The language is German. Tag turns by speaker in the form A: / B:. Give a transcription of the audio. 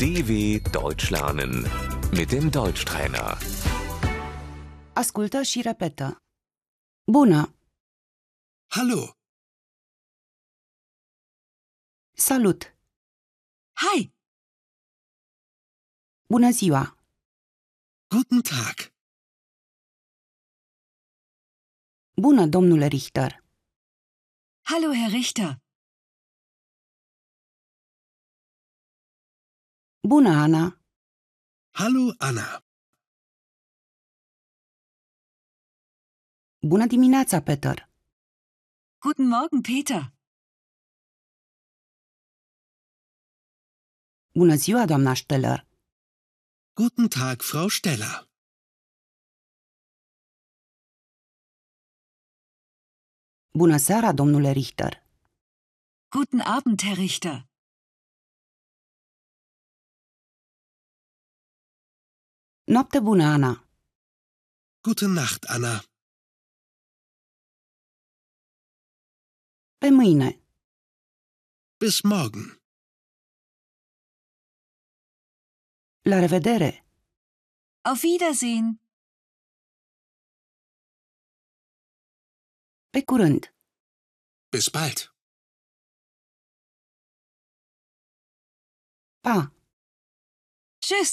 A: DW Deutsch lernen mit dem Deutschtrainer.
B: Ascultă și repetă. Bună!
C: Hallo,
B: Salut!
D: Hi,
B: Bună ziua!
C: guten Tag.
B: Bună, domnule Richter!
D: hallo Herr Richter.
B: Bună, Ana!
C: Hallo, Anna.
B: Bună dimineața, Peter!
D: Guten Morgen, Peter.
B: Bună ziua, doamna Steller!
C: Guten Tag, Frau Steller.
B: Bună seara, domnule Richter!
D: Guten Abend, Herr Richter.
B: Noapte bună, Ana!
C: Gute Nacht, Anna.
B: Pe mâine!
C: Bis morgen.
B: La revedere!
D: Auf Wiedersehen.
B: Pe curând!
C: Bis bald.
B: Pa!
D: Tschüss.